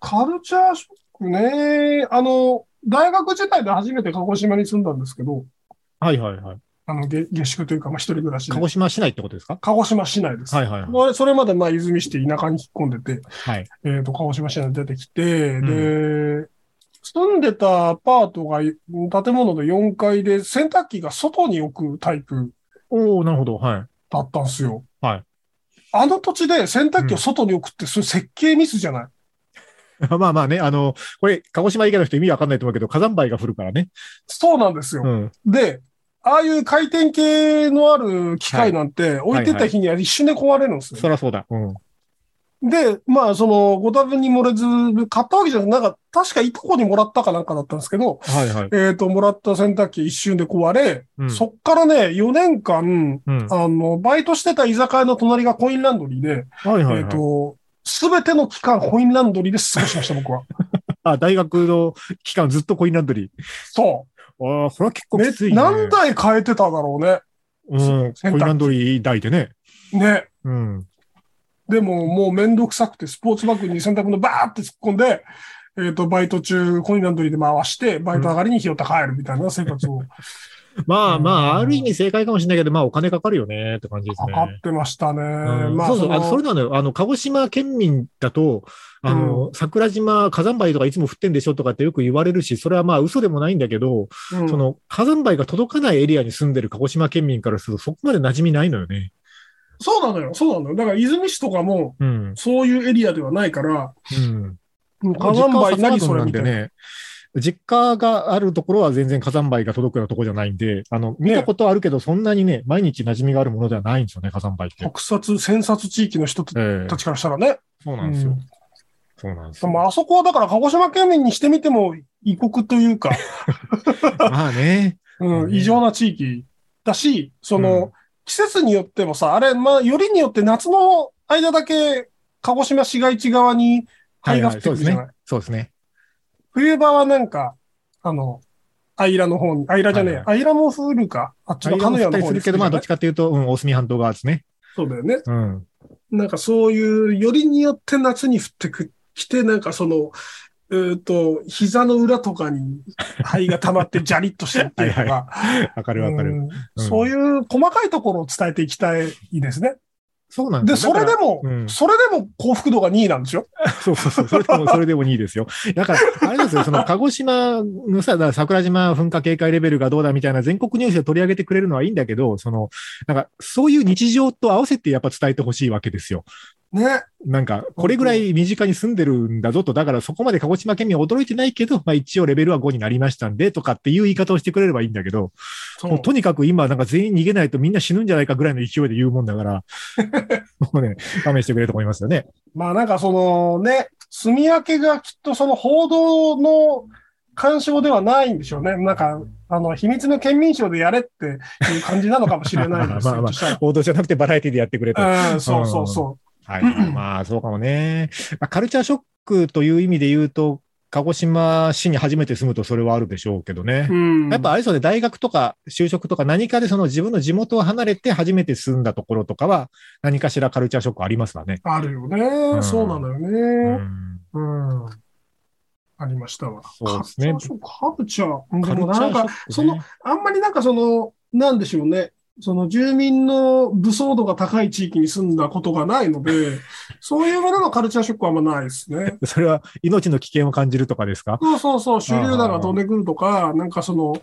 C: カルチャーショックね。あの、大学時代で初めて鹿児島に住んだんですけど、
B: はいはいはい。
C: あの、下下宿というか、まあ、一人暮らしで
B: 鹿。児島市内ってことですか
C: 鹿児島市内です。
B: はいはいはい。
C: まあそれまで、まあ、泉市って田舎に引っ込んでて、
B: はい。
C: えっ、と、鹿児島市内に出てきて、で、住んでたアパートが建物の4階で洗濯機が外に置くタイプ
B: おおなるほど。はい。
C: だったんですよ。
B: はい。
C: あの土地で洗濯機を外に置くって、それ設計ミスじゃない。
B: まあまあね、あの、これ、鹿児島以外の人意味わかんないと思うけど、火山灰が降るからね。
C: そうなんですよ。
B: うん。
C: で、ああいう回転系のある機械なんて、置いてた日には一瞬で壊れるんですよ。
B: そりゃそうだ。うん。
C: で、まあ、その、ご多分に漏れず、買ったわけじゃなくて、なんか、確かいとこにもらったかなんかだったんですけど、
B: はいはい。
C: えっ、と、もらった洗濯機一瞬で壊れ、
B: うん
C: そっからね、4年間、
B: うん。
C: あの、バイトしてた居酒屋の隣がコインランドリーで、
B: はいはい、
C: えっ、
B: はい。
C: と、すべての期間、コインランドリーで過ごしました、僕は。
B: あ、大学の期間ずっとコインランドリー。
C: そ
B: ああ、これは結
C: う。
B: 構
C: め
B: きつい、ね。
C: 何台変えてただろうね。
B: うん、コイ
C: 洗濯機
B: ンランドリー大でね。
C: ね。
B: うん。
C: でも、もうめんどくさくて、スポーツバッグに洗濯物バーって突っ込んで、えっ、と、バイト中、コインランドリーで回して、バイト上がりに拾って帰るみたいな生活を
B: まあまあ、
C: うん
B: ある意味正解かもしれないけど、まあお金かかるよねって感じです
C: か
B: ね。
C: かってましたね。
B: うん
C: まあ、
B: そうそう、あのそ
C: そ
B: れ
C: の
B: なのよ。あの、鹿児島県民だと、あの、桜島火山灰とかいつも降ってんでしょとかってよく言われるし、それはまあ嘘でもないんだけど、
C: うん
B: その火山灰が届かないエリアに住んでる鹿児島県民からすると、そこまで馴染みないのよね。
C: そうなのよ、そうなのよ。だから、泉市とかも、
B: うん。
C: そういうエリアではないから、
B: うん。
C: 火山灰何それ
B: なん
C: みた
B: で
C: いな。
B: ね、実家があるところは全然火山灰が届くようなところじゃないんで、あの、見たことあるけど、そんなにね、毎日馴染みがあるものではないんですよね、火山灰って。
C: 北薩、仙薩地域の人た
B: ええ
C: ちからしたらね。
B: そうなんですよ。
C: うん
B: そうなんです
C: で
B: よ。
C: も、あそこはだから、鹿児島県民にしてみても、異国というか、
B: まあね。
C: う、
B: うんん
C: 異常な地域だし、そ
B: う
C: の、
B: ん
C: 季節によってもさ、あれ、まあ、よりによって夏の間だけ、鹿児島市街地側に
B: は
C: 灰
B: い
C: が
B: は
C: 降っ
B: い、
C: て
B: そ
C: く
B: う
C: る
B: で
C: じ
B: す
C: ゃない。
B: ね。そうですね。
C: 冬場はなんか、あの、アイラの方に、アイラじゃねえ、
B: はい
C: アイラも降るか、あっち
B: ちょ
C: の
B: っと
C: カヌ
B: 降
C: ヤ
B: った
C: の
B: り
C: 方
B: す
C: に
B: るけど、まあ、どっちかというと、うん、大隅半島側ですね。
C: そうだよね。
B: うん。
C: なんかそういう、よりによって夏に降ってく、きて、なんかその、えーっと、膝の裏とかに灰が溜まってジャリッとしてっていうの
B: はいは
C: が、
B: わかるわかる。
C: うん
B: うん
C: そういう細かいところを伝えていきたいですね。
B: そうなん
C: で、
B: です
C: それでも、
B: うん
C: それでも幸福度が2位なんですよ。
B: そうそうそう。それでも、それでも2位ですよ。だから、あれなんですよ、その、鹿児島のさ、だから桜島噴火警戒レベルがどうだみたいな全国ニュースで取り上げてくれるのはいいんだけど、その、なんか、そういう日常と合わせてやっぱ伝えてほしいわけですよ。
C: ね。
B: なんか、これぐらい身近に住んでるんだぞと、だからそこまで鹿児島県民は驚いてないけど、まあ一応レベルは5になりましたんで、とかっていう言い方をしてくれればいいんだけど、もうとにかく今、なんか全員逃げないとみんな死ぬんじゃないかぐらいの勢いで言うもんだから、もうね、勘弁してくれと思いますよね。
C: まあなんかそのね、住み分けがきっとその報道の干渉ではないんでしょうね。なんか、あの、秘密の県民省でやれっていう感じなのかもしれないで す。
B: まあまあまあ
C: ひょっとし
B: 報道じゃなくてバラエティでやってくれと
C: た。らうん、そうそうそ
B: はい、まあそうかもね。まあカルチャーショックという意味で言うと、鹿児島市に初めて住むとそれはあるでしょうけどね
C: う。。うん。
B: やっぱ、あれそうで大学とか就職とか何かでその自分の地元を離れて初めて住んだところとかは何かしらカルチャーショックありますわね。
C: あるよね、
B: ん
C: そうなのよ
B: う
C: ね。
B: ん
C: うん。ありましたわ。
B: そうですね
C: カルチャーショックハブチャー。
B: カル
C: で
B: チ
C: も
B: ャーショッ
C: なん
B: ク
C: か
B: ね、
C: その、あんまりなんかその、なんでしょうね。その住民の武装度が高い地域に住んだことがない ので、そういうもののカルチャーショックはあんまないですね。
B: それは命の危険を感じるとかですか
C: そうそうそう、手榴弾が飛んでくるとか、なんかその、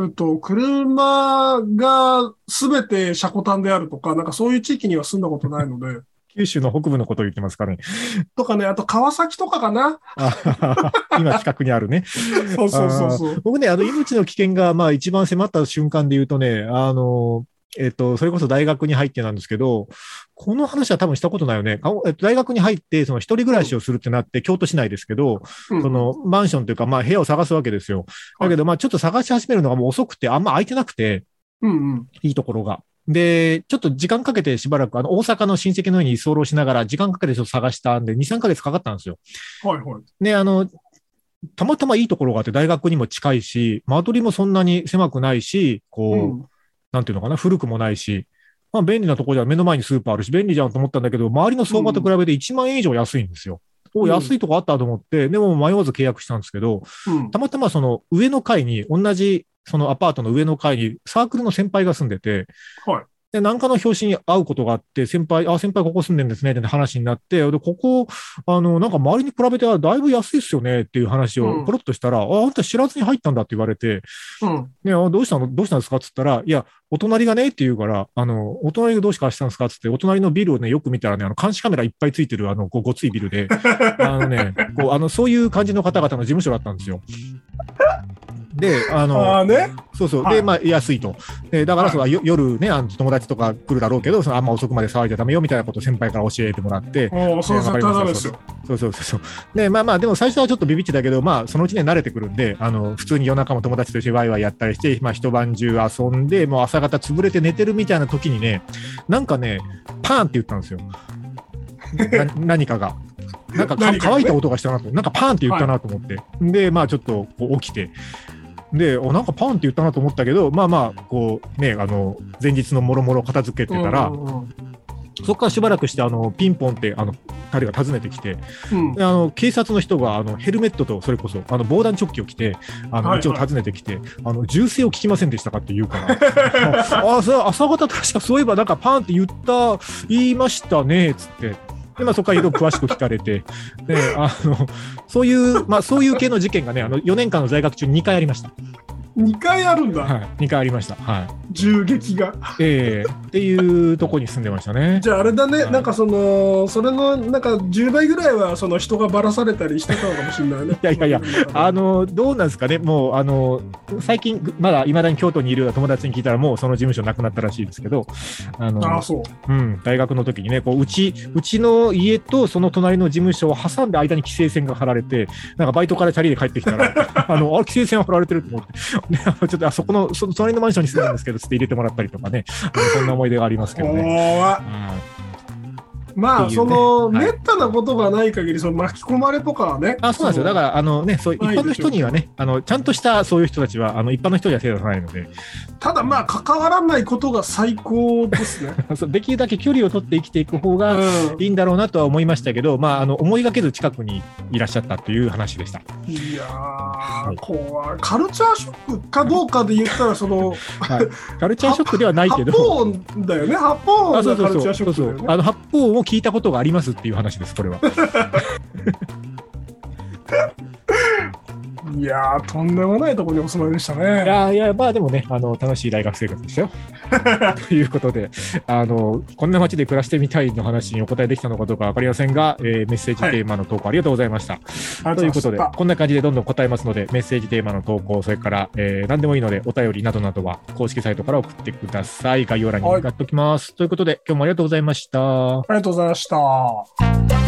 C: えっと、車がすべて車庫端であるとか、なんかそういう地域には住んだことないので。
B: 九州の北部のことを言ってますからね。
C: とかね、あと川崎とかかな。
B: あ今近くにあるね。
C: そうそうそうそう。
B: 僕ね、あの命の危険がまあ一番迫った瞬間で言うとね、あの、えっと、それこそ大学に入ってなんですけど、この話は多分したことないよね。かえっと大学に入って、その一人暮らしをするってなって、京都市内ですけど、
C: うん
B: そのマンションというか、まあ部屋を探すわけですよ。だけど、まあちょっと探し始めるのがもう遅くて、あんま空いてなくて、
C: うんうん。
B: いいところが。で、ちょっと時間かけてしばらく、あの、大阪の親戚のように居候しながら、時間かけてちょっと探したんで、2、3ヶ月かかったんですよ。
C: はいはい。
B: ね、あの、たまたまいいところがあって、大学にも近いし、間取りもそんなに狭くないし、こう、
C: うん
B: なんていうのかな、古くもないし、まあ便利なところじゃん目の前にスーパーあるし、便利じゃんと思ったんだけど、周りの相場と比べて1万円以上安いんですよ。お、
C: うん
B: 安いとこあったと思って、でも迷わず契約したんですけど、
C: うん
B: たまたまその上の階に、同じそのアパートの上の階にサークルの先輩が住んでて、
C: はい
B: で、何かの表紙に会うことがあって、先輩、あ、先輩ここ住んでるんですねって話になって、で、ここ、あの、なんか周りに比べてはだいぶ安いっすよねっていう話
C: う
B: を
C: ん
B: ポロッとしたら、あ、あんた知らずに入ったんだって言われて、
C: うん。
B: ね、あどうしたのどうしたんですかっつったら、いや、お隣がねって言うから、あの、お隣がどうしかしたんですかっつって、お隣のビルをね、よく見たらね、あの、監視カメラいっぱいついてる、あの、ごごついビル で、あのね、こう、あの、そういう感じの方々の事務所だったんですよ。で、あの、
C: ああね。
B: そうそう。
C: は
B: で、
C: い
B: まあ、安いと。でだから、
C: はい
B: そのよ夜ね、あの友達とか来るだろうけど、そのあんま遅くまで騒いじゃダメよみたいなことを先輩から教えてもらって、
C: もう、そう
B: ね
C: 絶対
B: わか
C: ダ
B: り
C: メ
B: ま
C: ですすよ。
B: そうそうそうそう。ねまあまあ、でも最初はちょっとビビってたけど、まあ、そのうちね、慣れてくるんで、あの、普通に夜中も友達と一緒にワイワイやったりして、まあ、一晩中遊んで、もう朝方潰れて寝てるみたいな時にね、なんかね、パーンって言ったんですよ。な 何かが。なんかか
C: 何かがね
B: 乾いた音がしたなと、なんかパーンって言ったなと思って。で、まあ、ちょっとこう起きて。で、お、なんかパーンって言ったなと思ったけど、まあまあ、こうね、あの、前日のもろもろ片付けてたら、
C: うんうん
B: そこからしばらくして、あの、ピンポンって、あの、彼が訪ねてきて、
C: うん。
B: であの警察の人があのヘルメットとそれこそあの防弾チョッキを着てあの、
C: はいはい
B: 一応訪ねてきてあの銃声を聞きませんでしたかって言うから ああそう朝方確かそういえばなんかパンって言った言いましたねっつって。でまあ、そこからいろいろ詳しく聞かれてであのそういう、まあ、そういう系の事件がねあの4年間の在学中に2回ありました、
C: 2回あるんだ、
B: はい、2回ありました、はい
C: 銃撃が。
B: ええっていうとこに住んでましたね
C: じゃああれだね、
B: はい
C: なんかその、それのなんか10倍ぐらいはその人がばらされたりしてたのかもしれないね。
B: いやいやいやあのどうなんですかね、もうあの最近、まだいまだに京都にいるような友達に聞いたら、もうその事務所なくなったらしいですけど、あの
C: ああ、そう。
B: うん、大学の時にねこううち、うちの家とその隣の事務所を挟んで間に規制線が張られて、なんかバイトからチャリで帰ってきたら、 あのあ規制線張られてると思って、 であのちょっとあそこのそ隣のマンションに住んでるんですけど、つって入れてもらったりとかね、あのそんな思い出がありますけどね。
C: 怖い
B: うん
C: ま
B: っていう
C: あ、
B: ね
C: その、
B: はい
C: めったなことがない限り、その巻き込まれとかはね。
B: あそうなんですよだからあの、ね、そう一般の人にはねあの、ちゃんとしたそういう人たちは、あの一般の人には手を出さないので、
C: ただまあ、関わらないことが最高ですね。
B: そうできるだけ距離を取って生きていく方
C: う
B: が
C: ん
B: いいんだろうなとは思いましたけど、まあ、あの思いがけず近くにいらっしゃったという話でした。
C: いや
B: い
C: ー、怖い。カルチャーショックかどうかで言ったら、その、
B: はい、カルチャーショックではないけ
C: 発
B: ど、
C: 砲音だよね。発砲
B: あ
C: 音
B: そう
C: が
B: そ
C: カ
B: う
C: ルチャ
B: そ
C: ー
B: う
C: ショ
B: そう
C: ッ
B: そ
C: クだよ
B: う
C: ね。
B: あの発砲を聞いたことがありますっていう話です、 これは。
C: いやー、とんでもないところにお住まいでした
B: い
C: ね。
B: やいや、まあでもね、あの楽しい大学生活でした よ。ということであの、こんな街で暮らしてみたいの話にお答えできたのかどうか分かりませんが、えーメッセージ
C: はい
B: テーマの投稿ありがとうございました。
C: ありが
B: というこ
C: ござ
B: と
C: ま
B: で
C: した、
B: こんな感じでどんどん答えますので、メッセージテーマの投稿、それから、えー何でもいいので、お便りなどなどは公式サイトから送ってください。概要欄に
C: はい
B: 向かっておきます。ということで、今日もありがとうございました。
C: ありがとうございました。